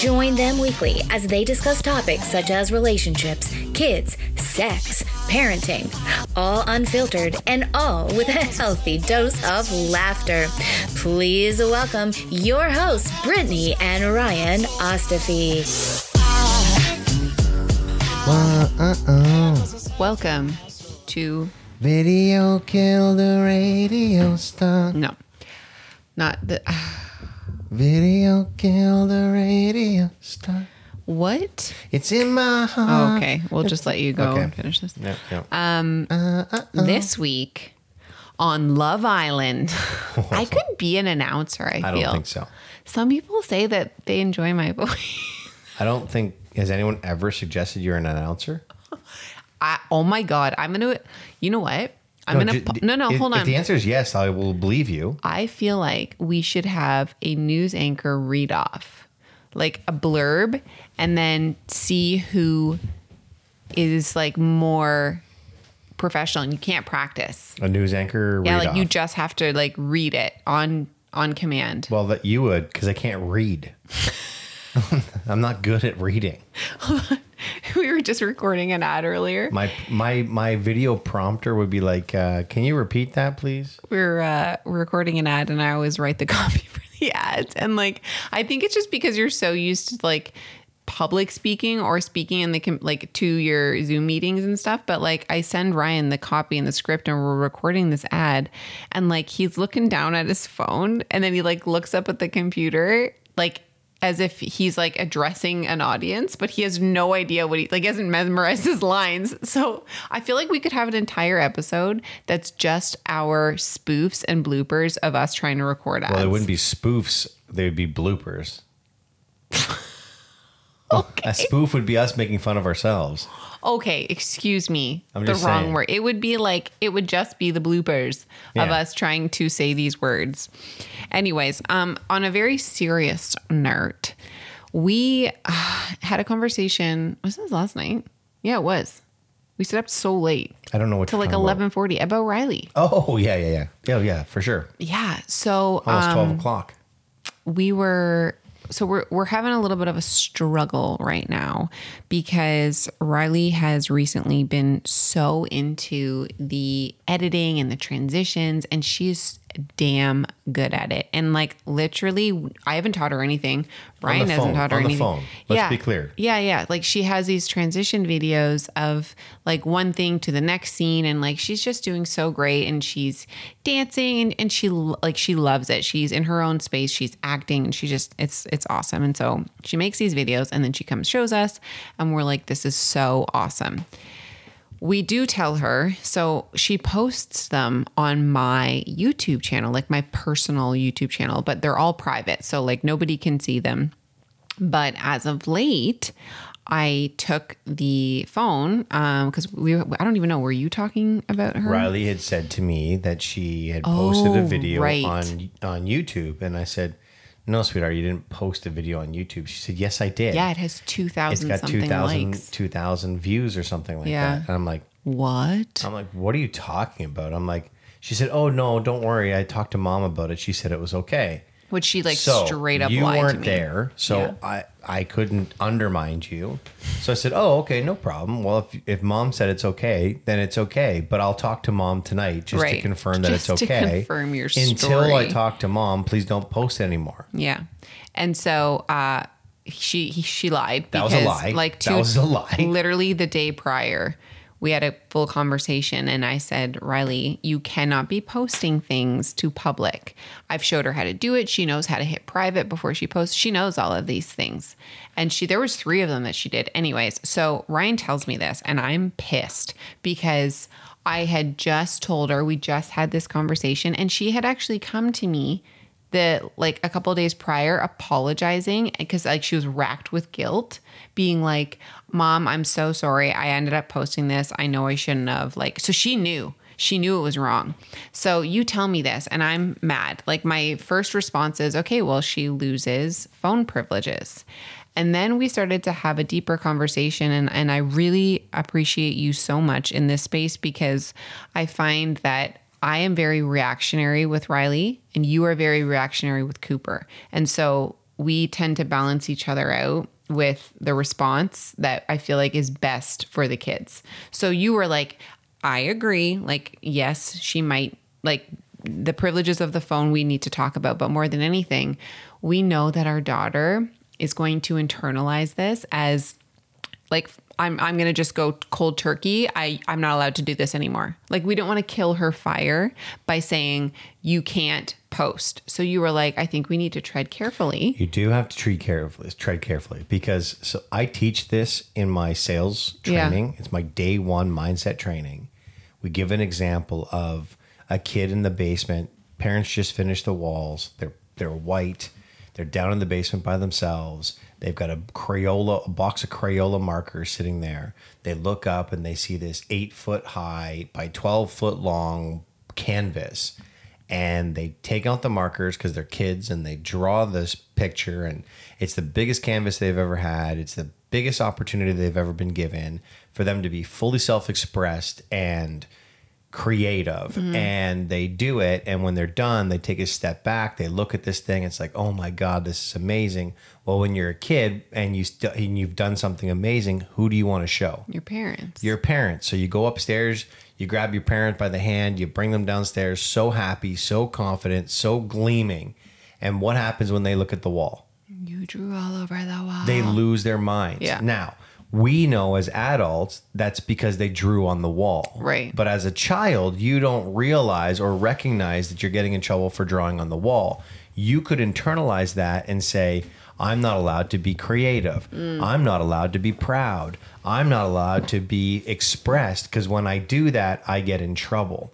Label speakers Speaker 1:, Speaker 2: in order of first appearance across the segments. Speaker 1: Join them weekly as they discuss topics such as relationships, kids, sex, parenting, all unfiltered and all with a healthy dose of laughter. Please welcome your hosts, Brittany and Ryan Ostafy.
Speaker 2: Welcome to
Speaker 3: Video killed the radio star.
Speaker 2: no, not the uh,
Speaker 3: Video killed the radio star.
Speaker 2: what?
Speaker 3: It's in my
Speaker 4: Uh,
Speaker 2: Oh,
Speaker 3: heart.
Speaker 2: okay, we'll just let you go and finish this. Um, This week on Love Island, I could be an announcer. I,
Speaker 5: I
Speaker 2: feel
Speaker 5: don't think so.
Speaker 2: Some people say that they enjoy my voice.
Speaker 5: I don't think has anyone ever suggested you're an announcer?
Speaker 2: I, oh my god, I'm gonna. You know what? I'm gonna.
Speaker 5: ju-
Speaker 2: pu- no, no,
Speaker 5: if-
Speaker 2: hold
Speaker 5: If
Speaker 2: on.
Speaker 5: the answer is yes, I will believe you.
Speaker 2: I feel like we should have a news anchor read off, like a blurb, and then see who is like more professional. And you can't practice.
Speaker 5: A news anchor.
Speaker 2: yeah,
Speaker 5: read
Speaker 2: like you
Speaker 5: off.
Speaker 2: just have to like read it on on command.
Speaker 5: Well, that you would, because I can't read. I'm not good at reading.
Speaker 2: we were just recording an ad earlier.
Speaker 5: My my my video prompter would be like, uh, "Can you repeat that, please?"
Speaker 2: we were uh, we're recording an ad, and I always write the copy for the ads. And like, I think it's just because you're so used to like public speaking or speaking in the com- like to your Zoom meetings and stuff. But like, I send Ryan the copy and the script, and we're recording this ad, and like he's looking down at his phone, and then he like looks up at the computer, like. As if he's like addressing an audience, but he has no idea what he like hasn't memorized his lines. So I feel like we could have an entire episode that's just our spoofs and bloopers of us trying to record ads.
Speaker 5: Well, it wouldn't be spoofs; they would be bloopers. A spoof would be us making fun of ourselves.
Speaker 2: okay, excuse me,
Speaker 5: I'm
Speaker 2: the
Speaker 5: just
Speaker 2: wrong
Speaker 5: saying.
Speaker 2: word. It would be like it would just be the bloopers of
Speaker 5: Yeah.
Speaker 2: us trying to say these words. Anyways, um, on a very serious note, we uh, had a conversation. Was this last night? Yeah, it was. We stayed up so late
Speaker 5: I don't know what
Speaker 2: till
Speaker 5: you're
Speaker 2: like
Speaker 5: talking about.
Speaker 2: eleven forty about Riley.
Speaker 5: Oh yeah, yeah, yeah, yeah, yeah, for sure.
Speaker 2: Yeah, so
Speaker 5: Almost
Speaker 2: um,
Speaker 5: twelve o'clock.
Speaker 2: we were so we're we're having a little bit of a struggle right now because Riley has recently been so into the editing and the transitions and she's damn good at it. And like literally, I haven't taught her anything. Brian
Speaker 4: the
Speaker 2: hasn't
Speaker 4: phone,
Speaker 2: taught her
Speaker 4: on the
Speaker 2: anything.
Speaker 4: phone. Let's be clear.
Speaker 2: Yeah, yeah. Like she has these transition videos of like one thing to the next scene, and like she's just doing so great, and she's dancing, and, and she lo- like she loves it. She's in her own space. She's acting, and she just it's it's awesome. And so she makes these videos, and then she comes shows us, and we're like, this is so awesome we do tell her. So she posts them on my YouTube channel, like my personal YouTube channel, but they're all private. So, like, nobody can see them. But as of late, I took the phone because we, I don't even know, were you talking about her?
Speaker 4: Riley had said to me that she had posted a
Speaker 2: hmm. Oh,
Speaker 4: video
Speaker 2: right.
Speaker 4: on on YouTube, and I said, "No, sweetheart, you didn't post a video on YouTube." She said, "Yes, I did.
Speaker 2: Yeah, it has
Speaker 4: it's
Speaker 2: 2,000
Speaker 4: got
Speaker 2: something
Speaker 4: 2,000
Speaker 2: likes.
Speaker 4: 2,000 views or something like
Speaker 2: Yeah.
Speaker 4: that." And I'm like,
Speaker 2: What?
Speaker 4: I'm like, "What are you talking about?" I'm like, "She said, oh no, don't worry. I talked to mom about it. She said it was okay."
Speaker 2: Which she like straight up
Speaker 4: you
Speaker 2: lied
Speaker 4: weren't
Speaker 2: to me.
Speaker 4: there so
Speaker 2: Yeah.
Speaker 4: i i couldn't undermine you so i said oh okay no problem well if, if mom said it's okay then it's okay but i'll talk to mom tonight just to
Speaker 2: Right.
Speaker 4: confirm that
Speaker 2: Just
Speaker 4: it's
Speaker 2: to
Speaker 4: okay
Speaker 2: confirm your
Speaker 4: until i
Speaker 2: story.
Speaker 4: talk to mom please don't post anymore
Speaker 2: Yeah. And so uh, she he, she lied.
Speaker 4: That was a lie.
Speaker 2: Like two,
Speaker 4: That was a lie.
Speaker 2: Literally the day prior, we had a full conversation, and I said, Riley, you cannot be posting things to public. I've showed her how to do it. She knows how to hit private before she posts. She knows all of these things, and she there was three of them that she did. Anyways, so Ryan tells me this, and I'm pissed because. I had just told her, we just had this conversation, and she had actually come to me the like a couple days prior apologizing because like she was racked with guilt being like mom i'm so sorry i ended up posting this i know i shouldn't have like so she knew she knew it was wrong so you tell me this and i'm mad like my first response is okay well she loses phone privileges and then we started to have a deeper conversation. And, and I really appreciate you so much in this space because I find that I am very reactionary with Riley and you are very reactionary with Cooper. And so we tend to balance each other out with the response that I feel like is best for the kids. So you were like, I agree. Like, yes, she might like the privileges of the phone we need to talk about, but more than anything, we know that our daughter is going to internalize this as like I'm I'm gonna just go cold turkey. I I'm not allowed to do this anymore. Like we don't want to kill her fire by saying you can't post. So you were like, I think we need to tread carefully.
Speaker 4: You do have to treat carefully, tread carefully because so I teach this in my sales
Speaker 2: Yeah.
Speaker 4: training. It's my day one mindset training. We give an example of a kid in the basement. Parents just finished the walls. They're they're white. They're down in the basement by themselves. They've got a Crayola, a box of Crayola markers sitting there. They look up and they see this eight foot high by twelve foot long canvas and they take out the markers because they're kids and they draw this picture and it's the biggest canvas they've ever had it's the biggest opportunity they've ever been given for them to be fully self-expressed and creative and they do it and when they're done they take a step back they look at this thing it's like oh my god this is amazing well when you're a kid and you st- and you've done something amazing who do you want to show
Speaker 2: Your parents.
Speaker 4: your parents. So you go upstairs, you grab your parent by the hand, you bring them downstairs, so happy, so confident, so gleaming. And what happens when they look at the wall?
Speaker 2: you drew all over the wall.
Speaker 4: They lose their minds.
Speaker 2: Yeah.
Speaker 4: Now, we know as adults that's because they drew on the wall.
Speaker 2: Right.
Speaker 4: But as a child, you don't realize or recognize that you're getting in trouble for drawing on the wall. You could internalize that and say, I'm not allowed to be creative.
Speaker 2: Mm.
Speaker 4: I'm not allowed to be proud. I'm not allowed to be expressed because when I do that, I get in trouble.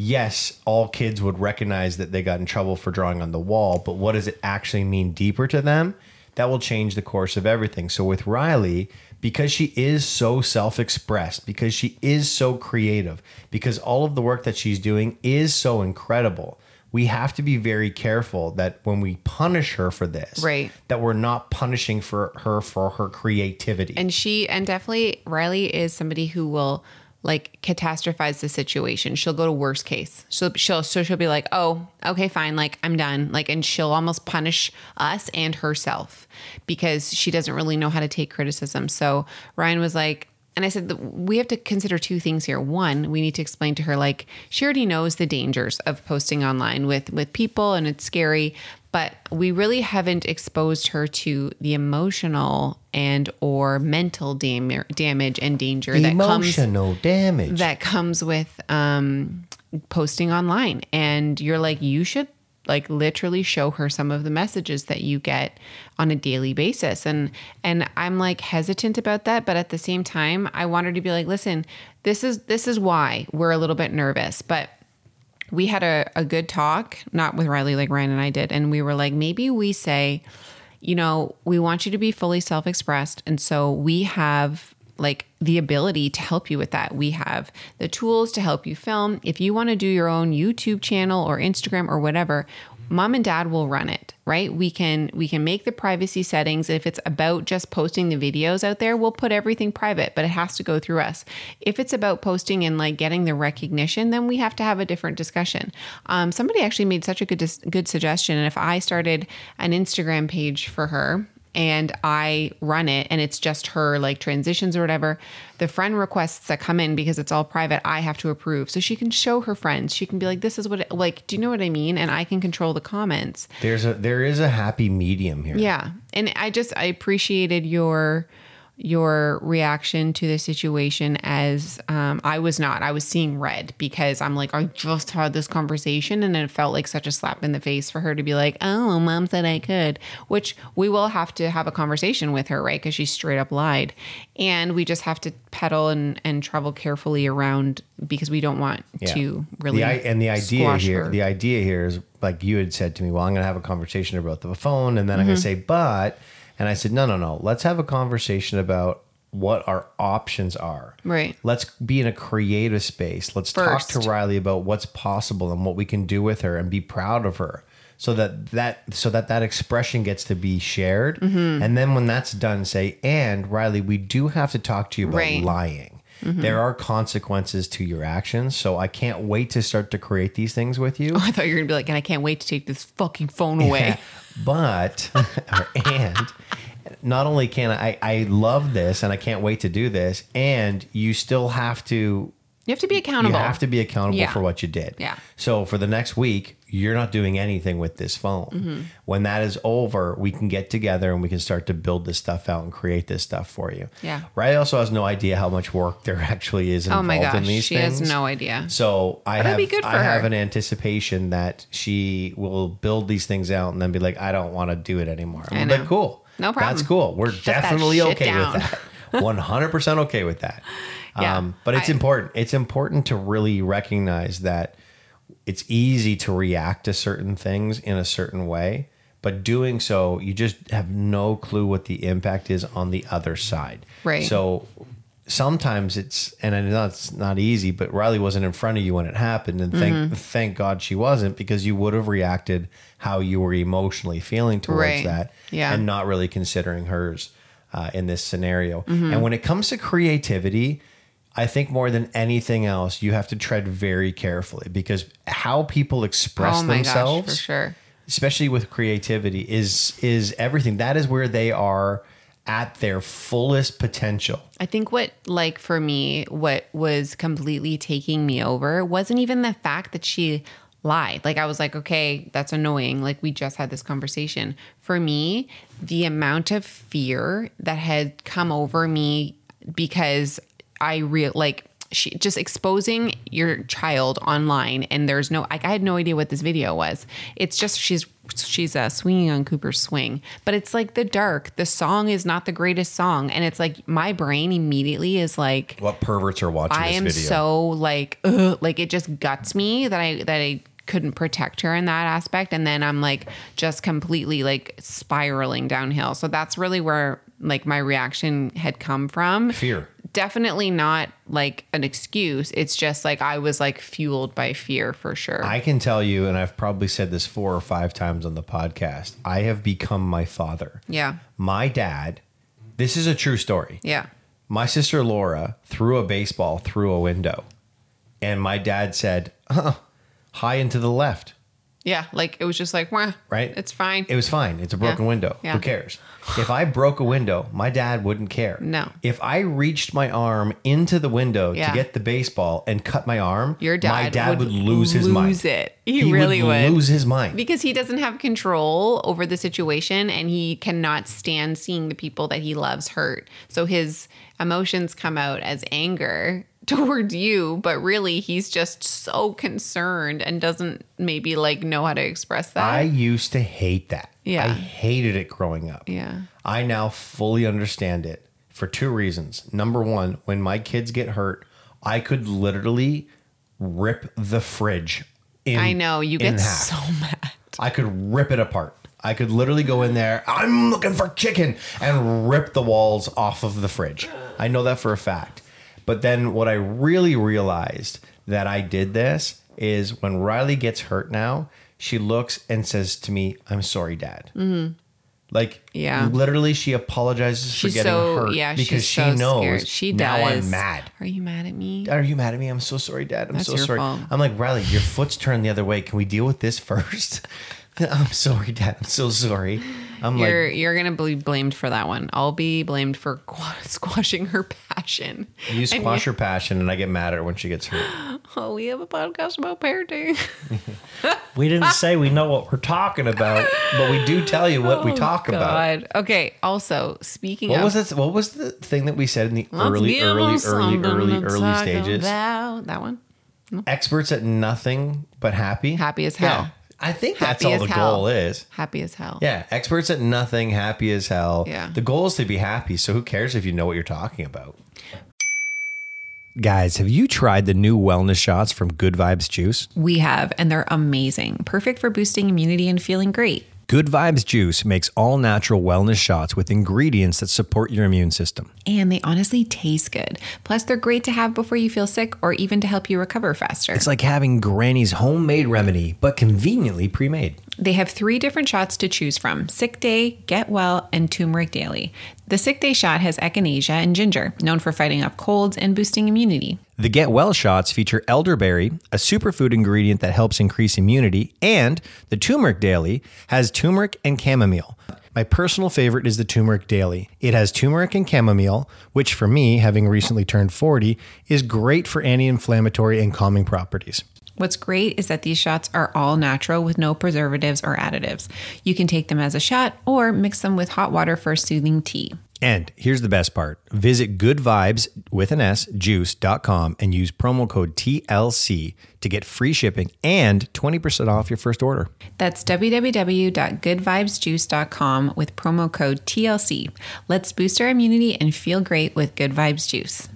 Speaker 4: Yes, all kids would recognize that they got in trouble for drawing on the wall, but what does it actually mean deeper to them? that will change the course of everything. So with Riley, because she is so self-expressed, because she is so creative, because all of the work that she's doing is so incredible, we have to be very careful that when we punish her for this,
Speaker 2: Right.
Speaker 4: that we're not punishing for her for her creativity.
Speaker 2: and she and definitely Riley is somebody who will like catastrophize the situation. She'll go to worst case. She'll she'll so she'll be like, "Oh, okay, fine. Like I'm done." Like and she'll almost punish us and herself because she doesn't really know how to take criticism. So Ryan was like, And I said, "The- we have to consider two things here. One, we need to explain to her, like, she already knows the dangers of posting online with, with people and it's scary, but we really haven't exposed her to the emotional and or mental dam- damage and danger that comes
Speaker 4: Emotional damage.
Speaker 2: that comes with um, posting online and you're like you should like literally show her some of the messages that you get on a daily basis and and I'm like hesitant about that but at the same time I want her to be like listen this is this is why we're a little bit nervous but we had a, a good talk, not with Riley, like Ryan and I did. And we were like, maybe we say, you know, we want you to be fully self expressed. And so we have like the ability to help you with that. We have the tools to help you film. If you want to do your own YouTube channel or Instagram or whatever, mom and dad will run it right we can we can make the privacy settings if it's about just posting the videos out there we'll put everything private but it has to go through us if it's about posting and like getting the recognition then we have to have a different discussion um, somebody actually made such a good dis- good suggestion and if i started an instagram page for her and I run it and it's just her like transitions or whatever, the friend requests that come in because it's all private, I have to approve. So she can show her friends. She can be like, this is what, it, like, do you know what I mean? And I can control the comments.
Speaker 4: There's a there is a happy medium here.
Speaker 2: Yeah. And I just, I appreciated your, your reaction to the situation as um, I was not. I was seeing red because I'm like, I just had this conversation and it felt like such a slap in the face for her to be like, oh, mom said I could, which we will have to have a conversation with her, right? Because she straight up lied. And we just have to pedal and, and travel carefully around because we don't want
Speaker 4: Yeah.
Speaker 2: to really.
Speaker 4: The i- and the idea
Speaker 2: squash
Speaker 4: here,
Speaker 2: her.
Speaker 4: the idea here is like you had said to me, well, I'm going to have a conversation about the phone, and then I'm
Speaker 2: Mm-hmm.
Speaker 4: going to say, but, and I said, no, no, no, let's have a conversation about what our options are.
Speaker 2: Right.
Speaker 4: Let's be in a creative space. Let's talk
Speaker 2: First.
Speaker 4: to Riley about what's possible and what we can do with her, and be proud of her. So that that so that that expression gets to be shared, and then when that's done, say, and Riley, we do have to talk to you about
Speaker 2: Right.
Speaker 4: lying. There are consequences to your actions. So I can't wait to start to create these things with you.
Speaker 2: I thought you were going to be like, and I can't wait to take this fucking phone away.
Speaker 4: But or, and not only can I I love this and I can't wait to do this, and you still have to
Speaker 2: You have to be
Speaker 4: you
Speaker 2: accountable.
Speaker 4: have to be accountable
Speaker 2: Yeah.
Speaker 4: for what you did.
Speaker 2: Yeah.
Speaker 4: So for the next week, you're not doing anything with this phone.
Speaker 2: Mm-hmm.
Speaker 4: When that is over, we can get together and we can start to build this stuff out and create this stuff for you.
Speaker 2: Yeah.
Speaker 4: Riley also has no idea how much work there actually is
Speaker 2: Oh
Speaker 4: involved
Speaker 2: my
Speaker 4: in
Speaker 2: gosh,
Speaker 4: these
Speaker 2: she
Speaker 4: things.
Speaker 2: has no idea.
Speaker 4: So I
Speaker 2: That'd
Speaker 4: have
Speaker 2: be good
Speaker 4: I
Speaker 2: for her.
Speaker 4: have an anticipation that she will build these things out and then be like, I don't want to do it anymore.
Speaker 2: I
Speaker 4: I'm
Speaker 2: know.
Speaker 4: like, cool.
Speaker 2: No problem.
Speaker 4: That's cool. We're
Speaker 2: Shut that
Speaker 4: definitely
Speaker 2: shit
Speaker 4: okay
Speaker 2: down.
Speaker 4: with that. 100% okay with that.
Speaker 2: Yeah.
Speaker 4: Um, but it's
Speaker 2: I-
Speaker 4: important. It's important to really recognize that it's easy to react to certain things in a certain way, but doing so, you just have no clue what the impact is on the other side.
Speaker 2: Right.
Speaker 4: So sometimes it's, and I know it's not easy, but Riley wasn't in front of you when it happened. And thank,
Speaker 2: Mm-hmm.
Speaker 4: thank God she wasn't because you would have reacted how you were emotionally feeling towards
Speaker 2: Right.
Speaker 4: that
Speaker 2: Yeah.
Speaker 4: and not really considering hers uh, in this scenario. And when it comes to creativity, I think more than anything else, you have to tread very carefully because how people express
Speaker 2: Oh my gosh,
Speaker 4: themselves,
Speaker 2: for sure.
Speaker 4: especially with creativity, is is everything. That is where they are at their fullest potential.
Speaker 2: I think what, like, for me, what was completely taking me over wasn't even the fact that she lied. Like, I was like, okay, that's annoying. Like, we just had this conversation. For me, the amount of fear that had come over me because I real like, she just exposing your child online and there's no like I had no idea what this video was. It's just she's she's uh, swinging on Cooper's swing, but it's like the dark. The song is not the greatest song, and it's like my brain immediately is like
Speaker 4: What perverts are watching
Speaker 2: I
Speaker 4: this
Speaker 2: am
Speaker 4: video?
Speaker 2: so like ugh, like it just guts me that I that I couldn't protect her in that aspect and then I'm like just completely like spiraling downhill. So that's really where like my reaction had come from.
Speaker 4: Fear.
Speaker 2: Definitely not like an excuse. It's just like I was like fueled by fear for sure.
Speaker 4: I can tell you, and I've probably said this four or five times on the podcast. I have become my father.
Speaker 2: yeah.
Speaker 4: My dad. This is a true story.
Speaker 2: Yeah.
Speaker 4: My sister Laura threw a baseball through a window, and my dad said, huh, high and to the left.
Speaker 2: Yeah, like it was just like, Wah,
Speaker 4: right?
Speaker 2: It's fine.
Speaker 4: It was fine. It's a broken
Speaker 2: Yeah.
Speaker 4: window.
Speaker 2: Yeah.
Speaker 4: Who cares? If I broke a window, my dad wouldn't care.
Speaker 2: No.
Speaker 4: If I reached my arm into the window to
Speaker 2: Yeah.
Speaker 4: get the baseball and cut my arm,
Speaker 2: Your dad,
Speaker 4: my dad would, lose his mind.
Speaker 2: Lose it. He, really would,
Speaker 4: lose his mind.
Speaker 2: because he doesn't have control over the situation and he cannot stand seeing the people that he loves hurt. So his emotions come out as anger towards you, but really he's just so concerned and doesn't maybe like know how to express that.
Speaker 4: I used to hate that.
Speaker 2: Yeah.
Speaker 4: I hated it growing up.
Speaker 2: Yeah.
Speaker 4: I now fully understand it for two reasons. Number one, when my kids get hurt, I could literally rip the fridge in
Speaker 2: I know you
Speaker 4: in
Speaker 2: get
Speaker 4: half.
Speaker 2: so mad.
Speaker 4: I could rip it apart. I could literally go in there, I'm looking for chicken, and rip the walls off of the fridge. I know that for a fact. But then what I really realized that I did this is when Riley gets hurt now, she looks and says to me, I'm sorry, dad. Like,
Speaker 2: Mm-hmm. Yeah.
Speaker 4: literally, she apologizes
Speaker 2: She's
Speaker 4: for getting
Speaker 2: so
Speaker 4: hurt
Speaker 2: yeah, she's
Speaker 4: because she
Speaker 2: so
Speaker 4: knows
Speaker 2: scared. She does.
Speaker 4: now I'm mad.
Speaker 2: Are you mad at me?
Speaker 4: Are you mad at me? I'm so sorry, Dad. I'm
Speaker 2: That's
Speaker 4: so
Speaker 2: your
Speaker 4: sorry.
Speaker 2: fault.
Speaker 4: I'm like, Riley, your foot's turned the other way. Can we deal with this first? I'm sorry, Dad. I'm so sorry. I'm
Speaker 2: You're
Speaker 4: like,
Speaker 2: you're gonna be blamed for that one. I'll be blamed for qu- squashing her passion.
Speaker 4: you squash her passion, and I get mad at her when she gets hurt.
Speaker 2: Oh, we have a podcast about parenting.
Speaker 4: We didn't say we know what we're talking about, but we do tell you what we
Speaker 2: Oh,
Speaker 4: talk about.
Speaker 2: God. Okay. Also, speaking
Speaker 4: What
Speaker 2: of
Speaker 4: was it? What was the thing that we said in the
Speaker 2: Let's
Speaker 4: early,
Speaker 2: give 'em
Speaker 4: early, early,
Speaker 2: something
Speaker 4: early,
Speaker 2: to
Speaker 4: early
Speaker 2: talk
Speaker 4: stages?
Speaker 2: about. That one.
Speaker 4: Experts at nothing but happy.
Speaker 2: Happy as
Speaker 4: Yeah.
Speaker 2: hell.
Speaker 4: I think that's
Speaker 2: Happy
Speaker 4: all
Speaker 2: as
Speaker 4: the
Speaker 2: hell.
Speaker 4: goal is.
Speaker 2: Happy as hell.
Speaker 4: Yeah, experts at nothing, happy as hell.
Speaker 2: Yeah.
Speaker 4: The goal is to be happy, so who cares if you know what you're talking about?
Speaker 5: Guys, have you tried the new wellness shots from Good Vibes Juice?
Speaker 2: We have, and they're amazing. Perfect for boosting immunity and feeling great.
Speaker 5: Good Vibes Juice makes all natural wellness shots with ingredients that support your immune system.
Speaker 2: And they honestly taste good. Plus, they're great to have before you feel sick or even to help you recover faster.
Speaker 5: It's like having Granny's homemade remedy, but conveniently pre made.
Speaker 2: They have three different shots to choose from sick day, get well, and turmeric daily. The sick day shot has echinacea and ginger, known for fighting off colds and boosting immunity.
Speaker 5: The Get Well shots feature elderberry, a superfood ingredient that helps increase immunity, and the Turmeric Daily has turmeric and chamomile. My personal favorite is the Turmeric Daily. It has turmeric and chamomile, which for me, having recently turned 40, is great for anti inflammatory and calming properties.
Speaker 2: What's great is that these shots are all natural with no preservatives or additives. You can take them as a shot or mix them with hot water for a soothing tea.
Speaker 5: And here's the best part visit goodvibes with an S juice.com and use promo code TLC to get free shipping and 20% off your first order.
Speaker 2: That's www.goodvibesjuice.com with promo code TLC. Let's boost our immunity and feel great with Good Vibes Juice.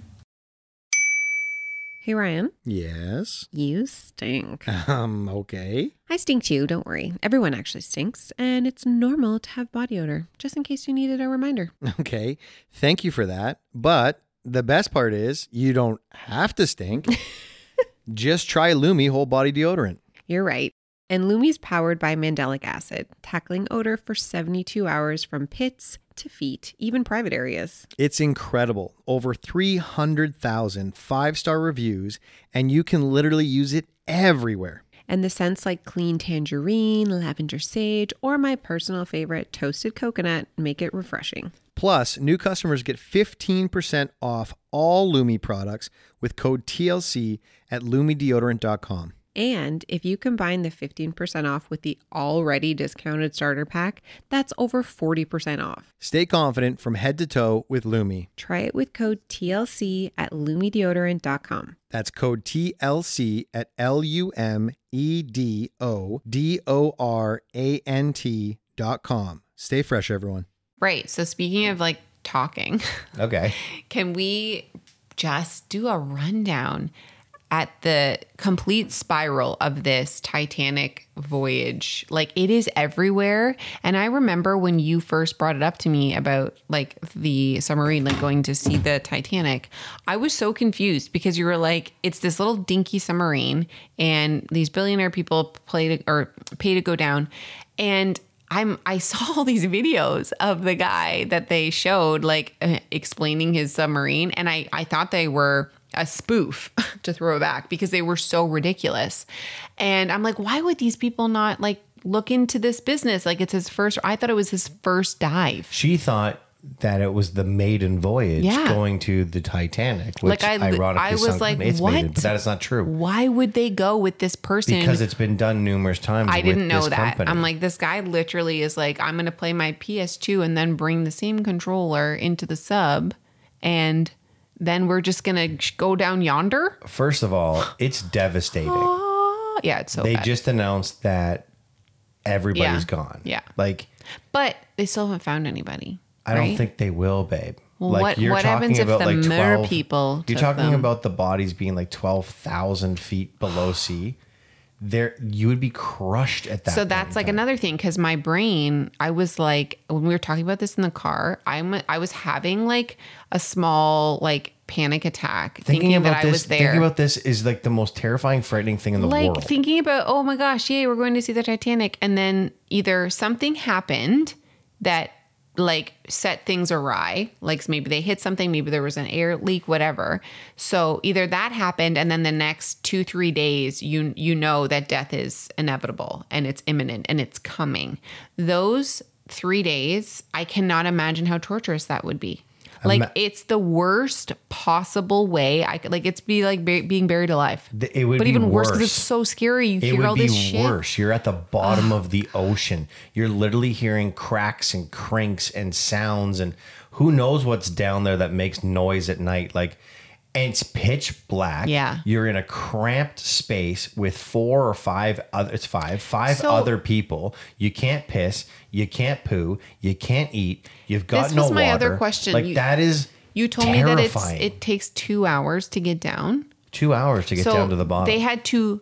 Speaker 6: Hey Ryan,
Speaker 3: Yes.
Speaker 6: you stink.
Speaker 3: Um, okay.
Speaker 6: I stink too, don't worry. Everyone actually stinks, and it's normal to have body odor, just in case you needed a reminder.
Speaker 3: Okay. Thank you for that. But the best part is you don't have to stink. Just try Lumi whole body deodorant.
Speaker 6: You're right. And Lumi's powered by mandelic acid, tackling odor for 72 hours from pits to feet, even private areas.
Speaker 3: It's incredible. Over 300,000 five-star reviews and you can literally use it everywhere.
Speaker 6: And the scents like clean tangerine, lavender sage, or my personal favorite, toasted coconut make it refreshing.
Speaker 3: Plus, new customers get 15% off all Lumi products with code TLC at lumideodorant.com.
Speaker 6: And if you combine the 15% off with the already discounted starter pack, that's over 40% off.
Speaker 3: Stay confident from head to toe with Lumi.
Speaker 6: Try it with code TLC at lumideodorant.com.
Speaker 3: That's code TLC at L U M E D O D O R A N T dot com. Stay fresh, everyone.
Speaker 2: Right. So, speaking of like talking,
Speaker 4: Okay.
Speaker 2: can we just do a rundown at the complete spiral of this Titanic voyage? Like it is everywhere. And I remember when you first brought it up to me about like the submarine, like going to see the Titanic, I was so confused because you were like, it's this little dinky submarine and these billionaire people play to, or pay to go down. And I'm I saw all these videos of the guy that they showed like uh, explaining his submarine and I I thought they were a spoof to throw back because they were so ridiculous. And I'm like, why would these people not like look into this business? Like it's his first, I thought it was his first dive.
Speaker 4: She thought that it was the maiden voyage
Speaker 2: Yeah.
Speaker 4: going to the Titanic, which
Speaker 2: Like, I-
Speaker 4: ironically
Speaker 2: I was
Speaker 4: sunk
Speaker 2: like,
Speaker 4: its
Speaker 2: what?
Speaker 4: maiden, but that is not true
Speaker 2: Why would they go with this person?
Speaker 4: because it's been done numerous times.
Speaker 2: I
Speaker 4: with
Speaker 2: didn't know
Speaker 4: this
Speaker 2: that.
Speaker 4: company.
Speaker 2: I'm like, this guy literally is like, I'm going to play my PS2 and then bring the same controller into the sub. And then we're just going to go down yonder.
Speaker 4: first of all, it's devastating.
Speaker 2: Oh, yeah, it's so
Speaker 4: they
Speaker 2: bad.
Speaker 4: just announced that everybody's gone.
Speaker 2: Yeah.
Speaker 4: like
Speaker 2: but they still haven't found anybody.
Speaker 4: I don't
Speaker 2: right?
Speaker 4: think they will, babe.
Speaker 2: Well, what- what happens if the mer people
Speaker 4: You're
Speaker 2: took
Speaker 4: talking
Speaker 2: them?
Speaker 4: about the bodies being like twelve thousand feet below sea. There, you would be crushed at that.
Speaker 2: So
Speaker 4: point
Speaker 2: that's
Speaker 4: in
Speaker 2: like
Speaker 4: time.
Speaker 2: another thing because my brain, I was like, when we were talking about this in the car, I'm I was having like a small like panic attack, thinking, that I
Speaker 4: this,
Speaker 2: was there.
Speaker 4: Thinking about this is like the most terrifying, frightening thing in the
Speaker 2: like
Speaker 4: world.
Speaker 2: thinking about oh my gosh yay we're going to see the titanic and then either something happened that like set things awry like maybe they hit something maybe there was an air leak whatever so either that happened and then the next two three days you you know that death is inevitable and it's imminent and it's coming those three days i cannot imagine how torturous that would be like it's the worst possible way i could like it's be like ba- being buried alive
Speaker 4: Th- it would
Speaker 2: but
Speaker 4: be
Speaker 2: even worse because
Speaker 4: worse.
Speaker 2: it's so scary. You
Speaker 4: it
Speaker 2: hear all
Speaker 4: would be
Speaker 2: this shit.
Speaker 4: worse. You're at the bottom of the ocean. You're literally hearing cracks and cranks and sounds and who knows what's down there that makes noise at night. Like and it's pitch black.
Speaker 2: Yeah.
Speaker 4: You're in a cramped space with four or five other it's five, five
Speaker 2: So-
Speaker 4: other people. You can't piss, you can't poo, you can't eat, you've got
Speaker 2: This
Speaker 4: no
Speaker 2: was my
Speaker 4: water.
Speaker 2: other question.
Speaker 4: Like
Speaker 2: You-
Speaker 4: that is
Speaker 2: You told me that
Speaker 4: terrifying.
Speaker 2: it's it takes two hours to get down.
Speaker 4: two hours to get down to the bottom.
Speaker 2: They had to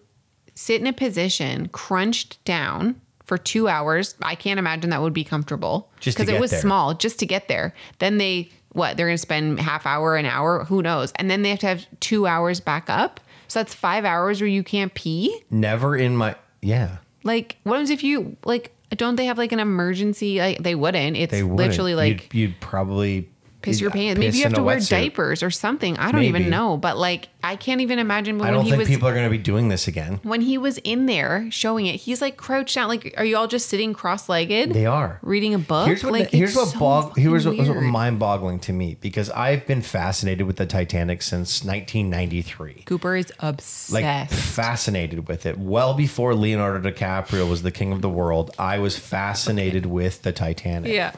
Speaker 2: sit in a position crunched down for two hours. I can't imagine that would be comfortable
Speaker 4: Just to
Speaker 2: because it
Speaker 4: get
Speaker 2: was
Speaker 4: there.
Speaker 2: small just to get there. Then they what they're going to spend half hour an hour who knows and then they have to have two hours back up so that's five hours where you can't pee
Speaker 4: Never in my yeah.
Speaker 2: like what happens if you like don't they have like an emergency like they wouldn't it's
Speaker 4: They wouldn't.
Speaker 2: literally like
Speaker 4: you'd, you'd probably
Speaker 2: piss your
Speaker 4: uh,
Speaker 2: pants. Maybe
Speaker 4: piss
Speaker 2: you have
Speaker 4: in
Speaker 2: to
Speaker 4: a
Speaker 2: wear
Speaker 4: wetsuit.
Speaker 2: diapers or something. I don't even
Speaker 4: Maybe.
Speaker 2: know. But like, I can't even imagine. But
Speaker 4: I
Speaker 2: when
Speaker 4: don't
Speaker 2: he
Speaker 4: think
Speaker 2: was
Speaker 4: people are going to be doing this again.
Speaker 2: when he was in there showing it, he's like crouched down. Like, are you all just sitting cross-legged?
Speaker 4: They are
Speaker 2: reading a book.
Speaker 4: Here's what
Speaker 2: like,
Speaker 4: the- here's
Speaker 2: it's
Speaker 4: what
Speaker 2: so
Speaker 4: bog,
Speaker 2: fucking
Speaker 4: here's what was
Speaker 2: weird.
Speaker 4: mind-boggling to me because I've been fascinated with the Titanic since 1993.
Speaker 2: Cooper is
Speaker 4: Like
Speaker 2: obsessed.
Speaker 4: fascinated with it. Well before Leonardo DiCaprio was the king of the world, I was fascinated with the Titanic.
Speaker 2: yeah.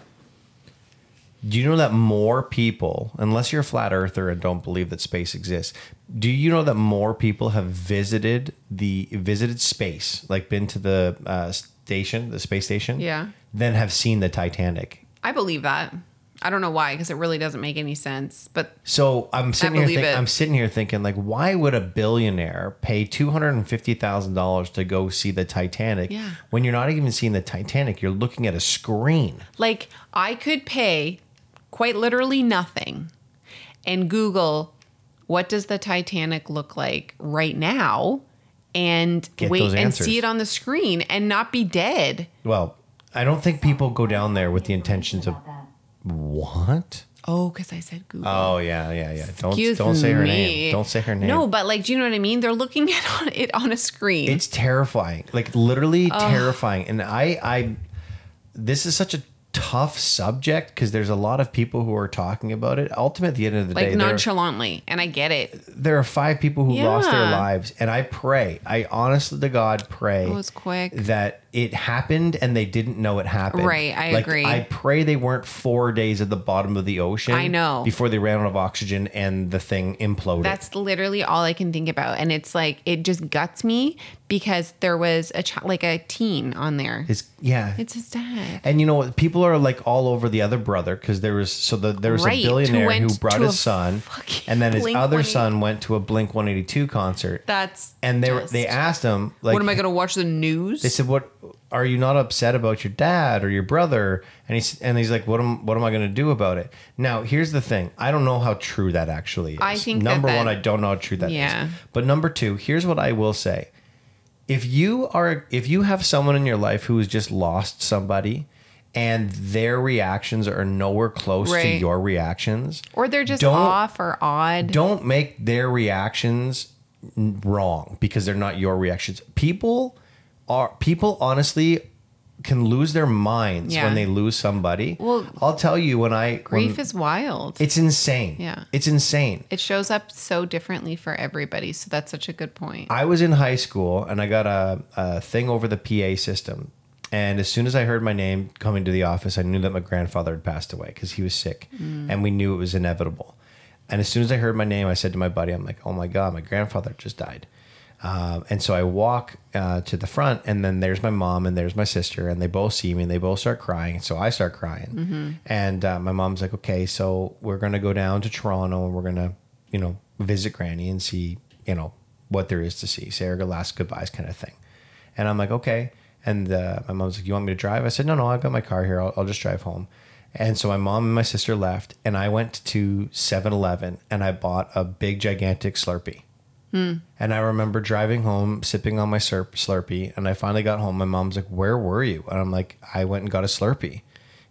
Speaker 4: Do you know that more people, unless you're a flat earther and don't believe that space exists, do you know that more people have visited the visited space, like been to the uh, station, the space station,
Speaker 2: Yeah.
Speaker 4: than have seen the Titanic?
Speaker 2: I believe that. I don't know why, because it really doesn't make any sense. But
Speaker 4: So I'm sitting here.
Speaker 2: believe
Speaker 4: Think,
Speaker 2: it.
Speaker 4: I'm sitting here thinking, like, why would a billionaire pay two hundred and fifty thousand dollars to go see the Titanic
Speaker 2: Yeah.
Speaker 4: when you're not even seeing the Titanic? You're looking at a screen.
Speaker 2: Like I could pay quite literally nothing and Google what does the Titanic look like right now and
Speaker 4: Get
Speaker 2: wait
Speaker 4: those
Speaker 2: and
Speaker 4: answers.
Speaker 2: see it on the screen and not be dead.
Speaker 4: Well, I don't think people go down there with the intentions of what.
Speaker 2: Oh, because I said Google.
Speaker 4: Oh yeah, yeah, yeah. Don't
Speaker 2: Excuse
Speaker 4: don't say her
Speaker 2: me.
Speaker 4: name. Don't say her name.
Speaker 2: No, but like, do you know what I mean? They're looking at on it on a screen.
Speaker 4: it's terrifying. Like literally terrifying. And I I this is such a tough subject because there's a lot of people who are talking about it. Ultimately, at the end of the
Speaker 2: like
Speaker 4: day, there,
Speaker 2: nonchalantly, and I get it.
Speaker 4: there are five people who lost their
Speaker 2: Yeah.
Speaker 4: lives, and I pray, I honestly to God pray,
Speaker 2: was quick.
Speaker 4: that it happened and they didn't know it happened.
Speaker 2: Right, I
Speaker 4: Like,
Speaker 2: agree.
Speaker 4: I pray they weren't four days at the bottom of the ocean.
Speaker 2: I know.
Speaker 4: before they ran out of oxygen and the thing imploded.
Speaker 2: That's literally all I can think about, and it's like it just guts me because there was a child, like a teen, on there.
Speaker 4: It's- yeah.
Speaker 2: It's his dad.
Speaker 4: And you know what? People are like all over the other brother because there was so the, there was
Speaker 2: Right,
Speaker 4: a
Speaker 2: who
Speaker 4: billionaire who,
Speaker 2: went
Speaker 4: brought
Speaker 2: to
Speaker 4: his
Speaker 2: a
Speaker 4: son,
Speaker 2: fucking
Speaker 4: and then his
Speaker 2: Blink
Speaker 4: other
Speaker 2: 182
Speaker 4: son went to a Blink One Eighty Two concert.
Speaker 2: That's
Speaker 4: and they were
Speaker 2: just-
Speaker 4: they asked him like,
Speaker 2: what am I going to watch the news?
Speaker 4: They said, "What are you not upset about your dad or your brother?" And he's and he's like, "What am what am I going to do about it?" Now here's the thing: I don't know how true that actually is.
Speaker 2: I think that
Speaker 4: number
Speaker 2: that-
Speaker 4: one, I don't know how true that is.
Speaker 2: Yeah.
Speaker 4: But number two, here's what I will say: if you are if you have someone in your life who has just lost somebody and their reactions are nowhere close to
Speaker 2: Right.
Speaker 4: your reactions.
Speaker 2: Or they're just
Speaker 4: Don't-
Speaker 2: off or odd.
Speaker 4: Don't make their reactions n- wrong because they're not your reactions. People are people honestly can lose their minds
Speaker 2: Yeah.
Speaker 4: when they lose somebody.
Speaker 2: Well,
Speaker 4: I'll tell you when I when-
Speaker 2: Grief is wild.
Speaker 4: it's insane.
Speaker 2: Yeah.
Speaker 4: It's insane.
Speaker 2: it shows up so differently for everybody. So that's such a good point.
Speaker 4: I was in high school and I got a, a thing over the PA system. And as soon as I heard my name coming to the office, I knew that my grandfather had passed away because he was sick and we knew it was inevitable. And as soon as I heard my name, I said to my buddy, I'm like, oh my God, my grandfather just died. Um, and so I walk uh, to the front, and then there's my mom and there's my sister, and they both see me and they both start crying. So I start crying. And uh, my mom's like, okay, so we're going to go down to Toronto and we're going to, you know, visit Granny and see, you know, what there is to see, say our last goodbyes kind of thing. And I'm like, okay. And uh, my mom's like, you want me to drive? I said, no, no, I've got my car here. I'll, I'll just drive home. And so my mom and my sister left, and I went to 7 Eleven and I bought a big, gigantic Slurpee.
Speaker 2: Hmm.
Speaker 4: And I remember driving home, sipping on my slurp, Slurpee, and I finally got home. My mom's like, "Where were you?" And I'm like, "I went and got a Slurpee,"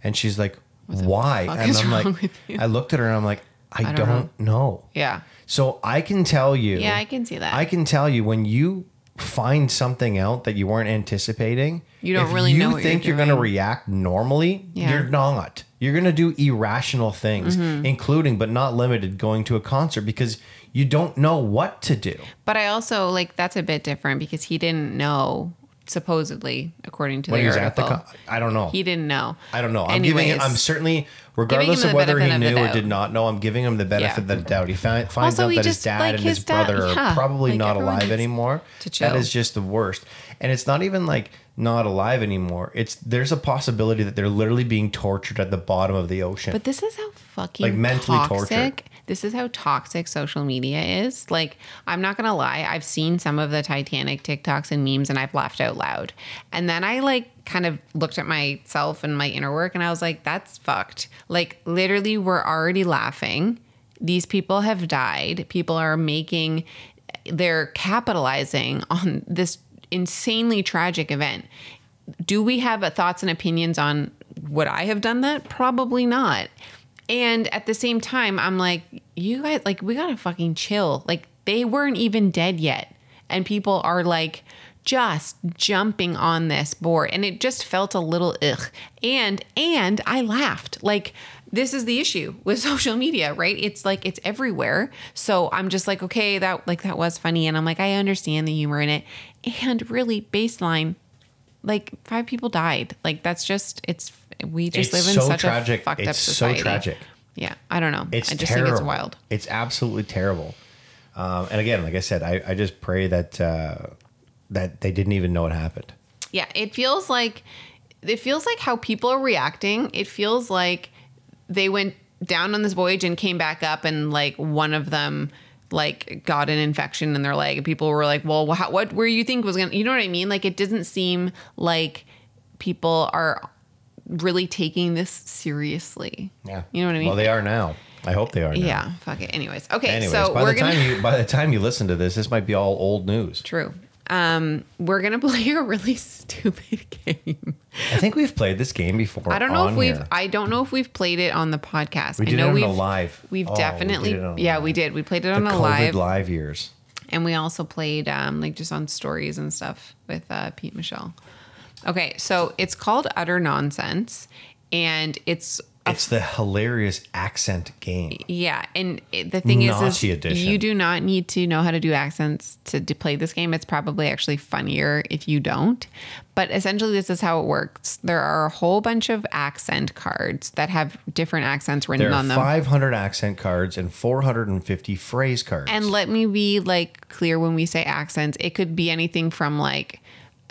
Speaker 4: and she's like, "Why?"
Speaker 2: fuck
Speaker 4: and
Speaker 2: is
Speaker 4: I'm
Speaker 2: wrong
Speaker 4: like,
Speaker 2: with you?
Speaker 4: "I looked at her and I'm like, I,
Speaker 2: don't
Speaker 4: don't, know."
Speaker 2: yeah.
Speaker 4: So I can tell you.
Speaker 2: Yeah, I can see that.
Speaker 4: I can tell you when you find something out that you weren't anticipating.
Speaker 2: You don't
Speaker 4: if
Speaker 2: really
Speaker 4: you
Speaker 2: know what you're
Speaker 4: think you're, going to
Speaker 2: doing.
Speaker 4: react normally.
Speaker 2: Yeah. Mm-hmm.
Speaker 4: You're not. You're going to do irrational things, including but not limited going to a concert because you don't know what to do.
Speaker 2: But I also like that's a bit different because he didn't know, supposedly, according to
Speaker 4: when
Speaker 2: the
Speaker 4: he was
Speaker 2: article.
Speaker 4: at the con- I don't know.
Speaker 2: he didn't know.
Speaker 4: I don't know. I'm giving.
Speaker 2: Anyways,
Speaker 4: I'm certainly, regardless
Speaker 2: him
Speaker 4: of
Speaker 2: the
Speaker 4: whether he
Speaker 2: benefit of
Speaker 4: knew
Speaker 2: the
Speaker 4: or
Speaker 2: doubt.
Speaker 4: did not know, I'm giving him the benefit
Speaker 2: Yeah.
Speaker 4: of the doubt. He find, finds
Speaker 2: Also,
Speaker 4: out
Speaker 2: he
Speaker 4: that his
Speaker 2: just,
Speaker 4: dad
Speaker 2: like,
Speaker 4: and his,
Speaker 2: his dad-
Speaker 4: brother are
Speaker 2: yeah,
Speaker 4: probably
Speaker 2: like,
Speaker 4: not
Speaker 2: everyone
Speaker 4: alive
Speaker 2: needs
Speaker 4: anymore.
Speaker 2: to
Speaker 4: That
Speaker 2: chill.
Speaker 4: is just the worst. And it's not even like not alive anymore. It's there's a possibility that they're literally being tortured at the bottom of the ocean.
Speaker 2: But this is how fucking
Speaker 4: Like, mentally
Speaker 2: toxic.
Speaker 4: tortured.
Speaker 2: This is how toxic social media is. Like, I'm not gonna lie, I've seen some of the Titanic TikToks and memes, and I've laughed out loud. And then I like kind of looked at myself and my inner work, and I was like, "That's fucked." Like, literally, we're already laughing. These people have died. People are making, they're capitalizing on this insanely tragic event do we have uh, thoughts and opinions on would I have done that? Probably not. And at the same time, I'm like, you guys, like, we gotta fucking chill. Like, they weren't even dead yet. And people are like, just jumping on this board. And it just felt a little ugh. And, and I laughed. Like, this is the issue with social media, right? It's like it's everywhere. So I'm just like, okay, that like that was funny. And I'm like, I understand the humor in it. And really, baseline, like five people died. Like that's just it's we just
Speaker 4: It's
Speaker 2: live in
Speaker 4: so
Speaker 2: such
Speaker 4: tragic.
Speaker 2: a fucked up
Speaker 4: It's so
Speaker 2: society.
Speaker 4: tragic.
Speaker 2: Yeah, I don't know.
Speaker 4: It's
Speaker 2: I just
Speaker 4: terrible.
Speaker 2: think it's wild.
Speaker 4: It's absolutely terrible. Um, and again, like I said, I, I just pray that uh, that they didn't even know what happened.
Speaker 2: Yeah, it feels like it feels like how people are reacting. It feels like they went down on this voyage and came back up, and like one of them like got an infection in their leg. And people were like, "Well, wha- what were you think was gonna?" You know what I mean? Like it doesn't seem like people are really taking this seriously. you know what I mean.
Speaker 4: Well, they are now. I hope they are. Now.
Speaker 2: Yeah, fuck it. Anyways, okay.
Speaker 4: Anyways,
Speaker 2: so
Speaker 4: by
Speaker 2: we're
Speaker 4: the
Speaker 2: gonna
Speaker 4: time you by the time you listen to this, this might be all old news.
Speaker 2: true. Um, we're gonna play a really stupid game.
Speaker 4: I think we've played this game before.
Speaker 2: I don't know
Speaker 4: on
Speaker 2: if we've.
Speaker 4: here.
Speaker 2: I don't know if we've played it on the podcast.
Speaker 4: We
Speaker 2: I
Speaker 4: did
Speaker 2: know
Speaker 4: it on
Speaker 2: we've
Speaker 4: a live.
Speaker 2: We've
Speaker 4: Oh, we did
Speaker 2: definitely.
Speaker 4: it on a
Speaker 2: yeah,
Speaker 4: live.
Speaker 2: we did. We played it
Speaker 4: the
Speaker 2: on a
Speaker 4: COVID
Speaker 2: live,
Speaker 4: live. years.
Speaker 2: and we also played um, like just on stories and stuff with uh, Pete Michelle. Okay, so it's called Utter Nonsense, and it's
Speaker 4: It's the hilarious accent game.
Speaker 2: Yeah, and it, the thing is, is
Speaker 4: Nazi edition.
Speaker 2: you do not need to know how to do accents to, to play this game. It's probably actually funnier if you don't. But essentially, this is how it works. There are a whole bunch of accent cards that have different accents written
Speaker 4: There are
Speaker 2: on them.
Speaker 4: 500 accent cards and 450 phrase cards.
Speaker 2: And let me be like clear when we say accents, it could be anything from like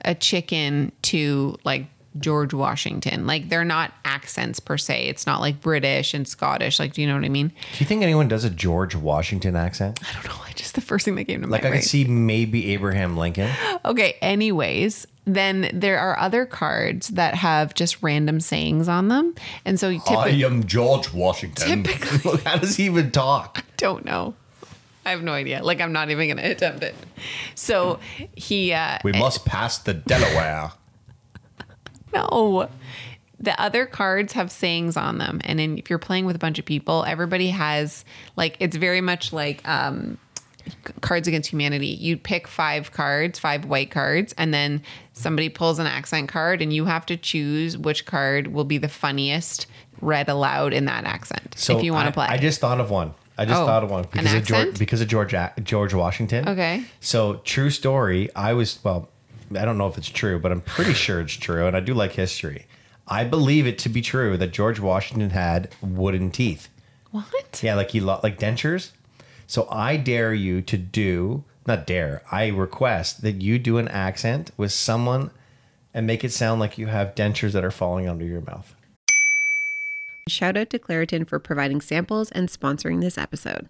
Speaker 2: a chicken to like George Washington. Like they're not accents per se. It's not like British and Scottish. Like, do you know what I mean?
Speaker 4: Do you think anyone does a George Washington accent?
Speaker 2: I don't know. I just the first thing that came to
Speaker 4: Like
Speaker 2: mind.
Speaker 4: I
Speaker 2: right?
Speaker 4: could see maybe Abraham Lincoln.
Speaker 2: Okay, anyways, then there are other cards that have just random sayings on them. And so you typically
Speaker 4: am George Washington.
Speaker 2: Typically.
Speaker 4: How does he even talk?
Speaker 2: don't know. I have no idea. Like I'm not even going to attempt it. So he uh
Speaker 4: We must pass the Delaware.
Speaker 2: no. the other cards have sayings on them and in, if you're playing with a bunch of people everybody has like it's very much like um C- cards against humanity you pick five cards five white cards and then somebody pulls an accent card and you have to choose which card will be the funniest read aloud in that accent if you want
Speaker 4: I-
Speaker 2: to play
Speaker 4: I just thought of one. I just
Speaker 2: Oh,
Speaker 4: thought of one
Speaker 2: an
Speaker 4: because of George,
Speaker 2: accent?
Speaker 4: because of George Ac- George Washington.
Speaker 2: Okay.
Speaker 4: So true story. I was well. I don't know if it's true, but I'm pretty sure it's true, and I do like history. I believe it to be true that George Washington had wooden teeth.
Speaker 2: what
Speaker 4: Yeah, like he lo- like dentures. So I dare you to do not dare. I request that you do an accent with someone and make it sound like you have dentures that are falling under your mouth.
Speaker 6: Shout out to Claritin for providing samples and sponsoring this episode.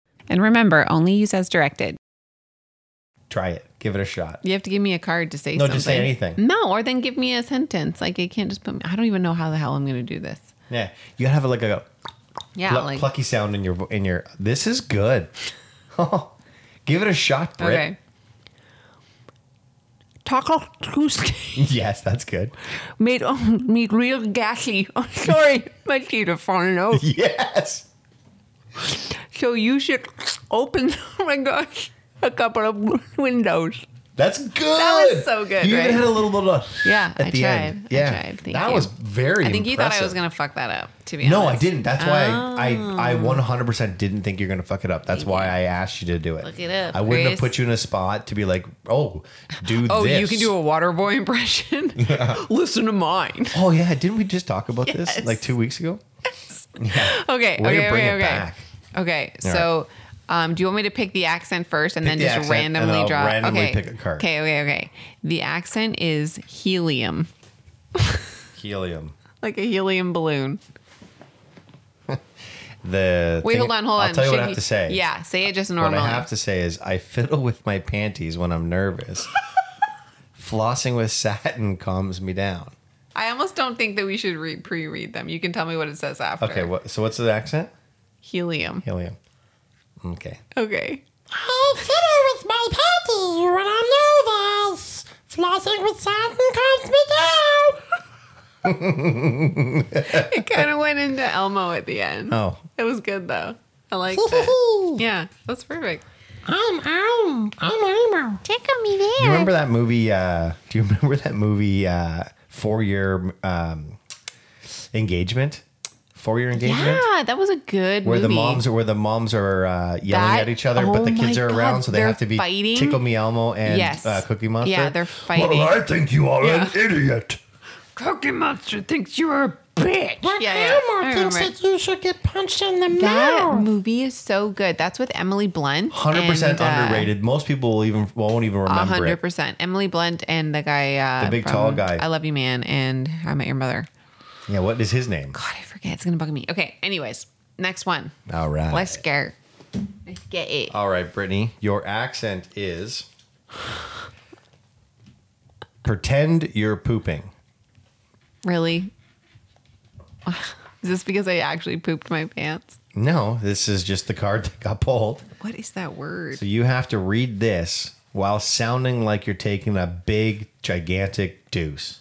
Speaker 2: and remember only use as directed
Speaker 4: Try it. Give it a shot.
Speaker 2: you have to give me a card to say
Speaker 4: No,
Speaker 2: something.
Speaker 4: just say anything.
Speaker 2: No, or then give me a sentence. Like it can't just put me. I don't even know how the hell I'm going to do this.
Speaker 4: Yeah, you have like a
Speaker 2: Yeah,
Speaker 4: Plu-
Speaker 2: like
Speaker 4: plucky sound in your vo- in your. This is good. Oh, Give it a shot, Britt.
Speaker 2: okay. Taco Tuesday
Speaker 4: Yes, that's good.
Speaker 2: made me real gassy. Oh, sorry, my teeth are falling out.
Speaker 4: Yes.
Speaker 2: So you should open. Oh my gosh, a couple of windows.
Speaker 4: That's good.
Speaker 2: That was so good,
Speaker 4: You
Speaker 2: right?
Speaker 4: even had a little little. uh,
Speaker 2: Yeah,
Speaker 4: at
Speaker 2: I
Speaker 4: the
Speaker 2: tried.
Speaker 4: end.
Speaker 2: I
Speaker 4: Yeah,
Speaker 2: tried. Thank
Speaker 4: that
Speaker 2: you.
Speaker 4: was very.
Speaker 2: I think you thought I
Speaker 4: impressive.
Speaker 2: was going to fuck that up. To be
Speaker 4: No, I
Speaker 2: honest.
Speaker 4: didn't. That's why
Speaker 2: Oh.
Speaker 4: I, I, I 100% didn't think you're going to fuck it up. That's why I asked you to do it.
Speaker 2: Look it up,
Speaker 4: I wouldn't have
Speaker 2: Chris.
Speaker 4: put you in a spot to be like, oh, do
Speaker 2: Oh,
Speaker 4: this.
Speaker 2: you can do a water boy impression. Listen to mine.
Speaker 4: Oh, yeah. Didn't we just talk about
Speaker 2: Yes.
Speaker 4: this like two weeks ago?
Speaker 2: Okay,
Speaker 4: Way to
Speaker 2: okay,
Speaker 4: bring
Speaker 2: okay,
Speaker 4: it
Speaker 2: okay.
Speaker 4: back.
Speaker 2: Okay, so um, do you want me to pick the accent first and
Speaker 4: Pick
Speaker 2: then
Speaker 4: the
Speaker 2: just
Speaker 4: accent, and
Speaker 2: randomly
Speaker 4: I'll
Speaker 2: draw?
Speaker 4: randomly
Speaker 2: okay.
Speaker 4: pick a card.
Speaker 2: Okay, okay, okay. The accent is helium,
Speaker 4: Helium.
Speaker 2: like a helium balloon.
Speaker 4: The
Speaker 2: Wait,
Speaker 4: thing-
Speaker 2: hold on, hold on.
Speaker 4: I'll tell you
Speaker 2: Should
Speaker 4: what I have to say.
Speaker 2: Yeah, say it just
Speaker 4: What
Speaker 2: normally.
Speaker 4: I have to say is I fiddle with my panties when I'm nervous. Flossing with satin calms me down.
Speaker 2: I almost don't think that we should re- pre-read them. You can tell me what it says after.
Speaker 4: Okay, what, so what's the accent?
Speaker 2: helium.
Speaker 4: Helium. Okay.
Speaker 2: Okay.
Speaker 4: I'll fiddle with my panties when I'm nervous. Flossing with satin calms me down.
Speaker 2: It kind of went into Elmo at the end.
Speaker 4: Oh.
Speaker 2: It was good though. I like that. yeah, that's perfect.
Speaker 4: You remember that movie? Uh, do you remember that movie? Uh, four year um, engagement. Four year engagement.
Speaker 2: Yeah, that was a good
Speaker 4: Where
Speaker 2: movie.
Speaker 4: the moms where the moms are uh, yelling
Speaker 2: That-
Speaker 4: at each other, but
Speaker 2: oh
Speaker 4: the kids
Speaker 2: my
Speaker 4: are
Speaker 2: God,
Speaker 4: around, so they
Speaker 2: they're
Speaker 4: have to be
Speaker 2: fighting?
Speaker 4: Tickle Me Elmo and
Speaker 2: Yes.
Speaker 4: uh, Cookie Monster.
Speaker 2: Yeah, they're fighting.
Speaker 4: I think you are
Speaker 2: Yeah.
Speaker 4: idiot.
Speaker 2: Cookie Monster thinks you're a bitch. Your yeah, yeah. thinks that you should get punched in the mouth. That movie is so good. That's with Emily Blunt.
Speaker 4: Hundred
Speaker 2: and,
Speaker 4: percent
Speaker 2: uh,
Speaker 4: underrated. Most people will even won't even
Speaker 2: A
Speaker 4: remember
Speaker 2: hundred
Speaker 4: it.
Speaker 2: percent. Emily Blunt and the guy, uh,
Speaker 4: The big tall guy.
Speaker 2: I love you, man, and I met your mother.
Speaker 4: Yeah, what is his name?
Speaker 2: God, I forget. It's gonna bug me. Okay. Anyways, next one.
Speaker 4: All right.
Speaker 2: Let's go. Let's get it.
Speaker 4: All right, Brittany, your accent is pretend you're pooping.
Speaker 2: Really? is this because I actually pooped my pants?
Speaker 4: No, this is just the card that got pulled.
Speaker 2: What is that word?
Speaker 4: So you have to read this while sounding like you're taking a big, gigantic deuce.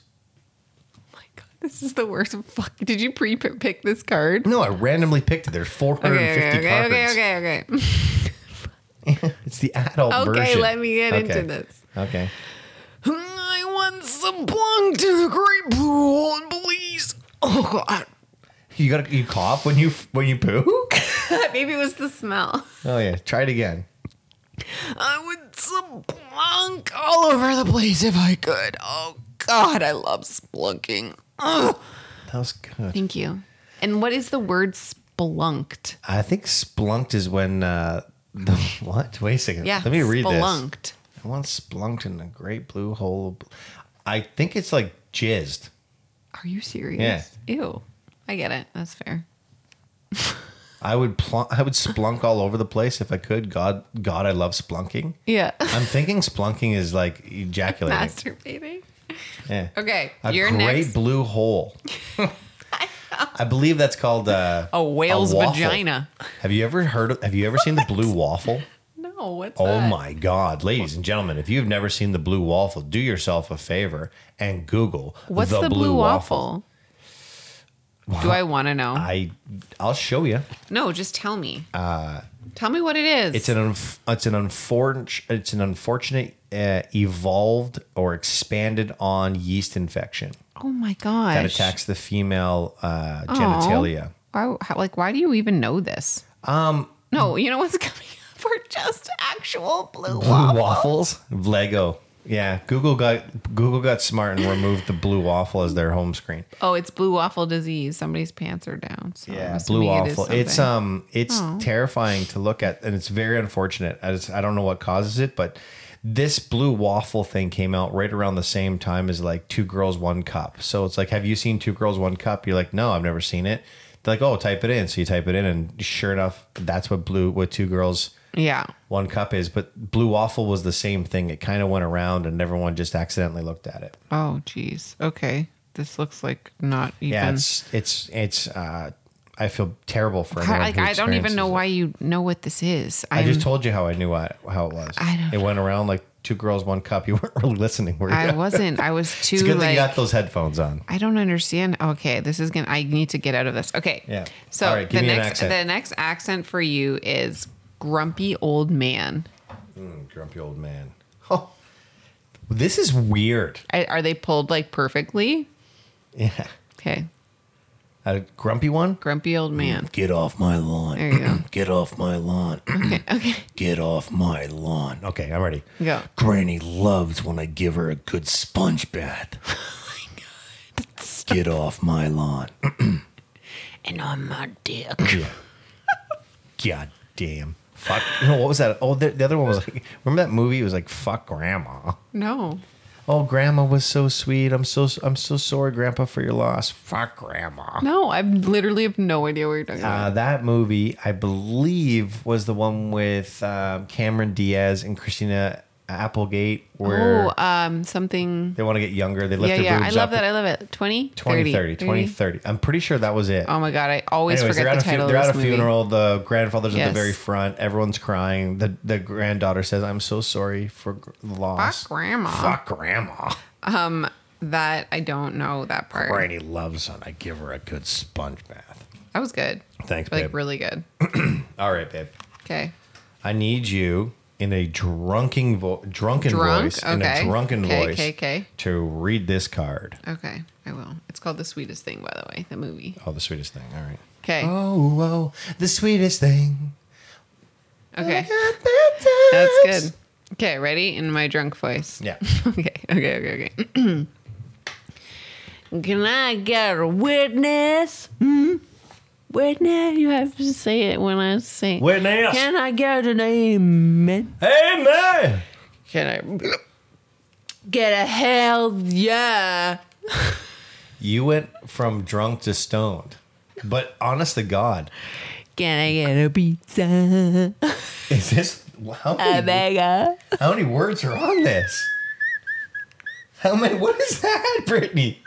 Speaker 2: Oh my god, this is the worst. Fuck. Did you pre-pick this card?
Speaker 4: No, I randomly picked it. There's 450
Speaker 2: okay, okay,
Speaker 4: cards.
Speaker 2: okay, okay, okay.
Speaker 4: It's the adult
Speaker 2: Okay,
Speaker 4: version.
Speaker 2: let me get
Speaker 4: Okay.
Speaker 2: into this.
Speaker 4: Okay.
Speaker 2: I want some plunk to the great pool, and please. Oh God,
Speaker 4: You got you cough when you when you poo?
Speaker 2: maybe it was the smell.
Speaker 4: Oh yeah, try it again.
Speaker 2: I would splunk all over the place if I could. Oh God, I love splunking. Ugh.
Speaker 4: That was good.
Speaker 2: Thank you. And what is the word splunked?
Speaker 4: I think splunked is when uh the, what? Wait a second.
Speaker 2: Yeah,
Speaker 4: Let me read this.
Speaker 2: spelunked.
Speaker 4: I once splunked in a great blue hole. of bl- I think it's like jizzed.
Speaker 2: Are you serious? Ew. I get it. That's fair.
Speaker 4: I would plunk, I would splunk all over the place if I could. God God, I love splunking.
Speaker 2: Yeah.
Speaker 4: I'm thinking splunking is like ejaculating.
Speaker 2: Masturbating.
Speaker 4: Yeah.
Speaker 2: Okay,
Speaker 4: A
Speaker 2: you're
Speaker 4: great
Speaker 2: next.
Speaker 4: blue hole. I believe that's called uh,
Speaker 2: A whale's
Speaker 4: waffle.
Speaker 2: vagina.
Speaker 4: Have you ever heard? Of, have you ever seen the blue waffle?
Speaker 2: No, what's
Speaker 4: Oh
Speaker 2: that?
Speaker 4: my God, ladies and gentlemen! If you've never seen the blue waffle, do yourself a favor and Google
Speaker 2: What's the, blue, waffle? Do I want to know?
Speaker 4: I I'll show you.
Speaker 2: no, just tell me. Uh, tell me what it is.
Speaker 4: It's an unf- it's an unfortunate it's an unfortunate uh, evolved or expanded on yeast infection
Speaker 2: oh my gosh.
Speaker 4: that attacks the female uh, genitalia.
Speaker 2: Why, how, like, why do you even know this? Um. No, you know what's coming up are just actual blue,
Speaker 4: Blue
Speaker 2: waffle.
Speaker 4: waffles, Lego. Yeah, Google got Google got smart and removed the blue waffle as their home screen.
Speaker 2: Oh, it's blue waffle disease. Somebody's pants are down. So I'm
Speaker 4: Yeah, blue
Speaker 2: assuming it is
Speaker 4: waffle. It's
Speaker 2: something. Oh.
Speaker 4: um, it's terrifying to look at, and it's very unfortunate. I, just, I don't know what causes it, but this blue waffle thing came out right around the same time as like Two Girls One Cup. So it's like, have you seen Two Girls One Cup? You're like, no, I've never seen it. They're like, oh, type it in. So you type it in, and sure enough, that's what blue what Two Girls
Speaker 2: yeah.
Speaker 4: One Cup is. But blue waffle was the same thing. It kind of went around, and everyone just accidentally looked at it.
Speaker 2: Oh, geez. Okay. This looks like not even.
Speaker 4: Yeah, it's it's it's. uh I feel terrible for
Speaker 2: How-
Speaker 4: anyone
Speaker 2: like
Speaker 4: who
Speaker 2: I don't even
Speaker 4: experiences
Speaker 2: know
Speaker 4: it.
Speaker 2: why you know what this is.
Speaker 4: I
Speaker 2: I'm,
Speaker 4: just told you how I knew I, how it was.
Speaker 2: I don't
Speaker 4: It went around like two girls, one cup. You weren't really listening, were you?
Speaker 2: I wasn't. I was too
Speaker 4: it's good that
Speaker 2: like.
Speaker 4: you got those headphones on.
Speaker 2: I don't understand. Okay, this is gonna. I need to get out of this. Okay.
Speaker 4: Yeah.
Speaker 2: So
Speaker 4: All right, give
Speaker 2: the
Speaker 4: me an
Speaker 2: next
Speaker 4: accent.
Speaker 2: the next accent for you is grumpy old man.
Speaker 4: Mm, Grumpy old man. Oh, this is weird.
Speaker 2: I, are they pulled like perfectly?
Speaker 4: Yeah,
Speaker 2: Okay.
Speaker 4: a grumpy one.
Speaker 2: Grumpy old man.
Speaker 4: Get off my lawn.
Speaker 2: There you go.
Speaker 4: Get off my lawn.
Speaker 2: Okay. Okay.
Speaker 4: Get off my lawn. Okay, I'm ready.
Speaker 2: Go.
Speaker 4: Granny loves when I give her a good sponge bath.
Speaker 2: Oh
Speaker 4: Get off my lawn.
Speaker 2: And on my dick.
Speaker 4: Yeah. God damn. Fuck. No, what was that? Oh, the, the other one was like, remember that movie? It was like, fuck grandma.
Speaker 2: No.
Speaker 4: Oh, grandma was so sweet. I'm so I'm so sorry, grandpa, for your loss. Fuck grandma.
Speaker 2: No, I literally have no idea what you're talking about.
Speaker 4: Uh, that movie, I believe, was the one with um, Cameron Diaz and Christina Applegate, where
Speaker 2: Oh, um, something.
Speaker 4: they want to get younger. They lift
Speaker 2: Yeah,
Speaker 4: their
Speaker 2: yeah. I
Speaker 4: boobs
Speaker 2: love
Speaker 4: up.
Speaker 2: that. I love it. 20,
Speaker 4: 2030,
Speaker 2: 30,
Speaker 4: 2030. I'm pretty sure that was it.
Speaker 2: Oh my god, I always
Speaker 4: Anyways, they're
Speaker 2: forget the
Speaker 4: at, a, fu-
Speaker 2: title.
Speaker 4: they're
Speaker 2: of
Speaker 4: at
Speaker 2: this
Speaker 4: a
Speaker 2: movie.
Speaker 4: funeral. The grandfather's at
Speaker 2: Yes.
Speaker 4: the very front. Everyone's crying. The the granddaughter says, "I'm so sorry for gr- the loss."
Speaker 2: Fuck grandma.
Speaker 4: Fuck grandma.
Speaker 2: That I don't know that part.
Speaker 4: Granny loves son. I give her a good sponge bath.
Speaker 2: That was good.
Speaker 4: Thanks,
Speaker 2: Like
Speaker 4: babe.
Speaker 2: really good.
Speaker 4: All right, babe.
Speaker 2: Okay.
Speaker 4: I need you in a drunken vo- drunken
Speaker 2: Drunk?
Speaker 4: voice in a
Speaker 2: Okay.
Speaker 4: drunken
Speaker 2: Okay,
Speaker 4: voice
Speaker 2: okay, okay.
Speaker 4: to read this card.
Speaker 2: Okay. I will. It's called The Sweetest Thing, by the way, the movie.
Speaker 4: Oh, the sweetest thing. All right.
Speaker 2: Okay.
Speaker 4: Oh, oh, the sweetest thing.
Speaker 2: Okay.
Speaker 4: That's
Speaker 2: That's good. Okay, ready? In my drunk voice.
Speaker 4: Yeah.
Speaker 2: okay, okay, okay, okay. Can I get a witness? Hmm? Witness? You have to say it when I say it.
Speaker 4: Witness.
Speaker 2: Can I get an amen?
Speaker 4: Hey, man.
Speaker 2: Can I get a hell yeah?
Speaker 4: You went from drunk to stoned. But honest to God,
Speaker 2: Can I get a pizza?
Speaker 4: is this how
Speaker 7: A
Speaker 4: many,
Speaker 7: mega.
Speaker 4: how many words are on this? How many? What is that, Brittany?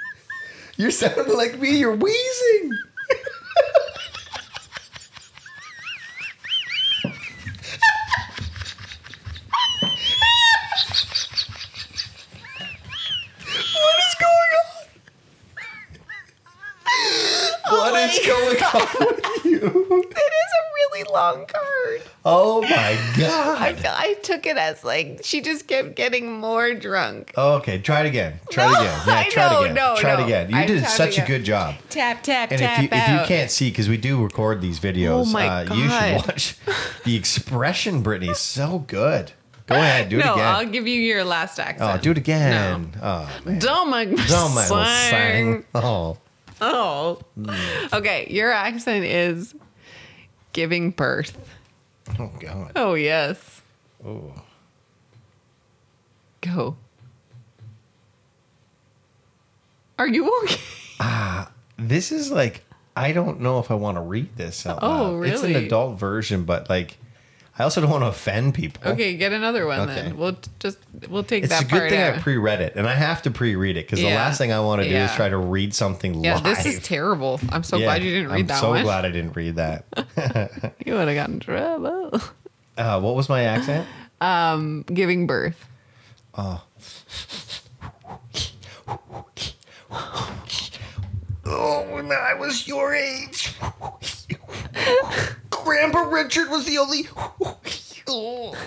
Speaker 4: You're sounding like me. You're wheezing. what is going on? What is going on?
Speaker 2: It is a really long card. word.
Speaker 4: Oh my god.
Speaker 2: I feel I took it as like she just kept getting more drunk.
Speaker 4: Okay, try it again. Try it
Speaker 2: No,
Speaker 4: again. Yeah,
Speaker 2: I
Speaker 4: try
Speaker 2: know,
Speaker 4: it again.
Speaker 2: no,
Speaker 4: try
Speaker 2: no.
Speaker 4: it again. You
Speaker 2: I'm
Speaker 4: did
Speaker 2: tapping
Speaker 4: such a
Speaker 2: out.
Speaker 4: good job.
Speaker 2: Tap tap
Speaker 4: And if
Speaker 2: tap
Speaker 4: you if you
Speaker 2: out.
Speaker 4: can't see because we do record these videos,
Speaker 2: Oh my
Speaker 4: uh, you should
Speaker 2: God.
Speaker 4: watch the expression. Brittany is so good. Go ahead, do it
Speaker 2: no,
Speaker 4: again.
Speaker 2: I'll give you your last accent.
Speaker 4: oh, do it again. Oh, man.
Speaker 2: Don't make me
Speaker 4: Don't make me
Speaker 2: sing.
Speaker 4: sing. Oh,
Speaker 2: Oh. Okay, your accent is giving birth.
Speaker 4: oh God.
Speaker 2: Oh, yes. Oh. Go. Are you okay?
Speaker 4: This is like I don't know if I want to read this out
Speaker 2: Oh,
Speaker 4: loud. It's an
Speaker 2: really?
Speaker 4: adult version, but like I also don't want to offend people.
Speaker 2: Okay, get another one
Speaker 4: Okay.
Speaker 2: then. We'll t- just we'll take
Speaker 4: It's
Speaker 2: that
Speaker 4: a good
Speaker 2: part
Speaker 4: thing
Speaker 2: out.
Speaker 4: I pre-read it, and I have to pre-read it because the
Speaker 2: Yeah.
Speaker 4: last thing I want to do is
Speaker 2: Yeah.
Speaker 4: try to read something
Speaker 2: yeah,
Speaker 4: live.
Speaker 2: this is terrible. I'm so
Speaker 4: Yeah,
Speaker 2: glad you didn't read
Speaker 4: I'm
Speaker 2: that
Speaker 4: so
Speaker 2: one.
Speaker 4: glad I didn't read that.
Speaker 2: You would have gotten in trouble.
Speaker 4: Uh, what was my accent?
Speaker 2: Giving birth.
Speaker 4: Oh, when I was your age, Grandpa Richard was the only. Oh,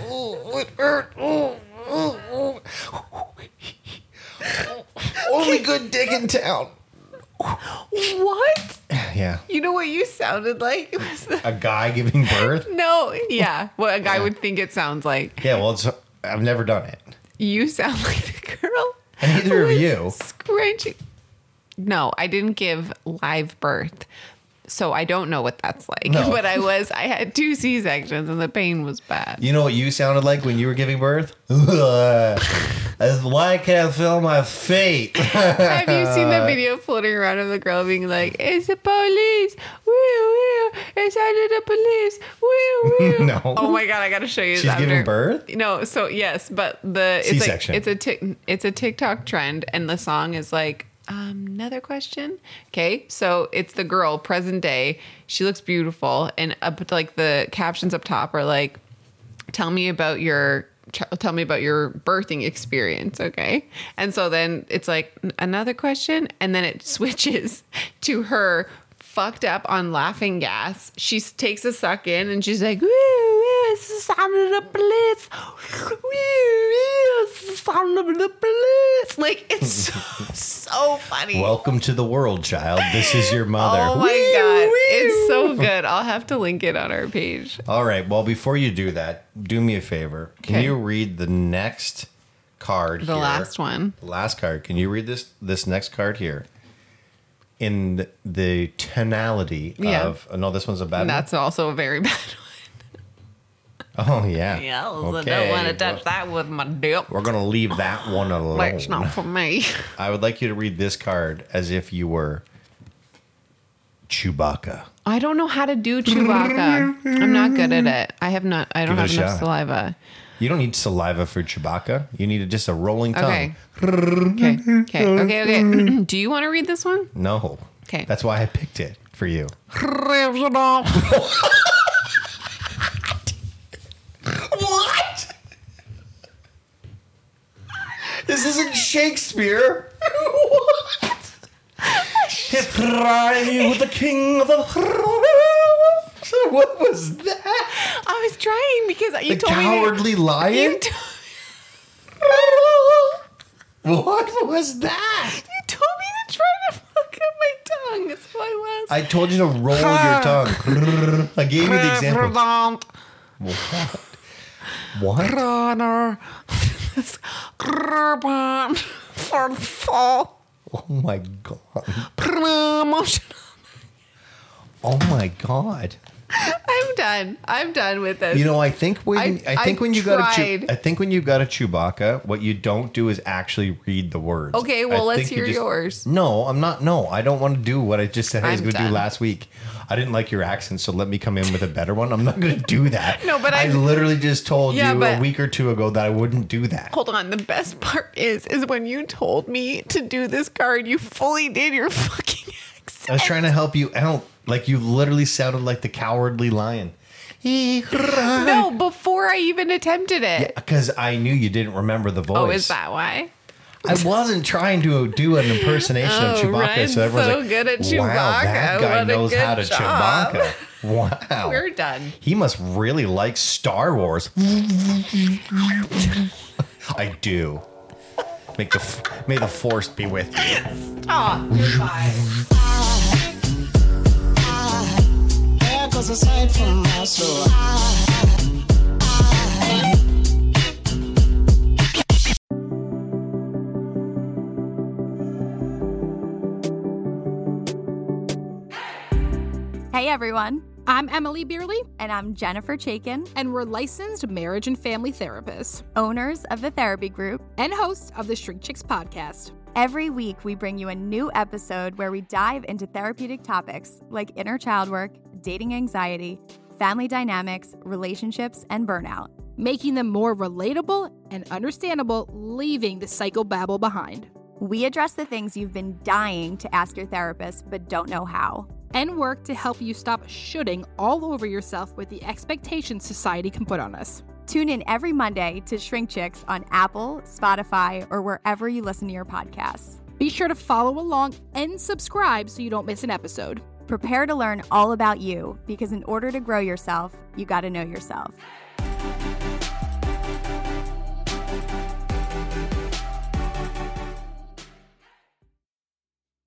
Speaker 4: oh, it hurt. Oh, oh, oh. Only good dick in town.
Speaker 2: What?
Speaker 4: Yeah,
Speaker 2: You know what you sounded like? Was the-
Speaker 4: a guy giving birth.
Speaker 2: no, yeah. What a guy would think it sounds like.
Speaker 4: Yeah, well, it's, I've never done it.
Speaker 2: You sound like the girl.
Speaker 4: And neither of
Speaker 2: who was
Speaker 4: you.
Speaker 2: Scrunching. No, I didn't give live birth. So I don't know what that's like.
Speaker 4: No.
Speaker 2: But I was, I had two C sections and the pain was bad.
Speaker 4: You know what you sounded like when you were giving birth? That's why I can't feel my fate.
Speaker 2: Have you seen the video floating around of the girl being like, it's the police. Woo, woo. It's under the police. Woo, woo.
Speaker 4: No.
Speaker 2: Oh my God, I got to show you
Speaker 4: She's
Speaker 2: this after.
Speaker 4: giving birth?
Speaker 2: No, so yes, but the it's
Speaker 4: C-section.
Speaker 2: like it's a tick it's a TikTok trend, and the song is like um, another question. Okay, so it's the girl present day. She looks beautiful, and up like the captions up top are like, "Tell me about your." ch- Tell me about your birthing experience, okay? And so then it's like "N- another question, and then it switches to her fucked up on laughing gas. She s- takes a suck in and she's like, "Woo, woo, it's the sound of the blitz. Woo, woo, it's the sound of the blitz." Like it's so, so funny.
Speaker 4: Welcome to the world, child. This is your mother.
Speaker 2: oh my god, it's so good. I'll have to link it on our page.
Speaker 4: All right. Well, before you do that, do me a favor. Can
Speaker 2: Okay.
Speaker 4: you read the next card?
Speaker 2: The
Speaker 4: here?
Speaker 2: last one.
Speaker 4: The last card. Can you read this this next card here? In the, the tonality
Speaker 2: Yeah.
Speaker 4: of oh, no, this one's a bad
Speaker 2: And that's also a very bad
Speaker 4: one. Oh yeah.
Speaker 2: one. Yeah, I don't want to touch that with my dip.
Speaker 4: We're gonna leave that one alone.
Speaker 2: That's not for me.
Speaker 4: I would like you to read this card as if you were Chewbacca.
Speaker 2: I don't know how to do Chewbacca. I'm not good at it. I have not. I don't
Speaker 4: Give it
Speaker 2: have
Speaker 4: a
Speaker 2: enough
Speaker 4: shot.
Speaker 2: saliva.
Speaker 4: You don't need saliva for Chewbacca. You need just a rolling tongue.
Speaker 2: Okay. okay. Okay. Okay. Okay. Do you want to read this one?
Speaker 4: No.
Speaker 2: Okay.
Speaker 4: That's why I picked it for you. What? This isn't Shakespeare. what? with the king of the. what was that? Oh,
Speaker 2: I was trying because you
Speaker 4: the
Speaker 2: told me.
Speaker 4: cowardly lion.
Speaker 2: To, you, t-
Speaker 4: what was that?
Speaker 2: you told me to try to fuck up my tongue. That's what I was.
Speaker 4: I told you to roll your tongue. I gave you the example.
Speaker 2: Um,
Speaker 4: What? What?
Speaker 2: for the fall
Speaker 4: Oh my god.
Speaker 2: promotion.
Speaker 4: Oh my god.
Speaker 2: I'm done. I'm done with this.
Speaker 4: You know, I think when I,
Speaker 2: I-
Speaker 4: think
Speaker 2: I
Speaker 4: when you got a Chew-
Speaker 2: tried.
Speaker 4: I think when you got a Chewbacca, what you don't do is actually read the words.
Speaker 2: Okay,
Speaker 4: I
Speaker 2: well, let's
Speaker 4: think you
Speaker 2: hear yours.
Speaker 4: No, I'm not. No, I don't want to do what I just said I was
Speaker 2: I'm
Speaker 4: going to do
Speaker 2: done.
Speaker 4: last week. I didn't like your accent, so let me come in with a better one. I'm not going to do that.
Speaker 2: No, but
Speaker 4: I
Speaker 2: I-
Speaker 4: literally just told
Speaker 2: Yeah,
Speaker 4: you a
Speaker 2: but-
Speaker 4: week or two ago that I wouldn't do that.
Speaker 2: Hold on. The best part is, is when you told me to do this card, you fully did your fucking accent.
Speaker 4: I was trying to help you out. Like you literally sounded like the cowardly lion.
Speaker 2: No, before I even attempted it.
Speaker 4: Because I knew you didn't remember the voice.
Speaker 2: Oh, is that why?
Speaker 4: I wasn't trying to do an impersonation of
Speaker 2: Oh,
Speaker 4: Chewbacca,
Speaker 2: Ryan's
Speaker 4: so everyone's
Speaker 2: so
Speaker 4: like,
Speaker 2: good at
Speaker 4: "Wow, that
Speaker 2: Chewbacca.
Speaker 4: guy
Speaker 2: What a
Speaker 4: knows how to
Speaker 2: good job."
Speaker 4: Chewbacca." Wow.
Speaker 2: We're done.
Speaker 4: He must really like Star Wars. I do. Make the f- may the force be with you.
Speaker 2: Oh, goodbye.
Speaker 8: Hey everyone,
Speaker 9: I'm Emily Beerley,
Speaker 8: and I'm Jennifer Chaikin,
Speaker 9: and we're licensed marriage and family therapists
Speaker 8: owners of the therapy group.
Speaker 9: and hosts of the Shrink Chicks podcast.
Speaker 8: Every week, we bring you a new episode where we dive into therapeutic topics like inner child work, dating anxiety, family dynamics, relationships, and burnout.
Speaker 9: Making them more relatable and understandable, leaving the psychobabble behind.
Speaker 8: We address the things you've been dying to ask your therapist but don't know how.
Speaker 9: And work to help you stop shooting all over yourself with the expectations society can put on us.
Speaker 8: Tune in every Monday to Shrink Chicks on Apple, Spotify, or wherever you listen to your podcasts.
Speaker 9: Be sure to follow along and subscribe so you don't miss an episode.
Speaker 8: Prepare to learn all about you because in order to grow yourself, you got to know yourself.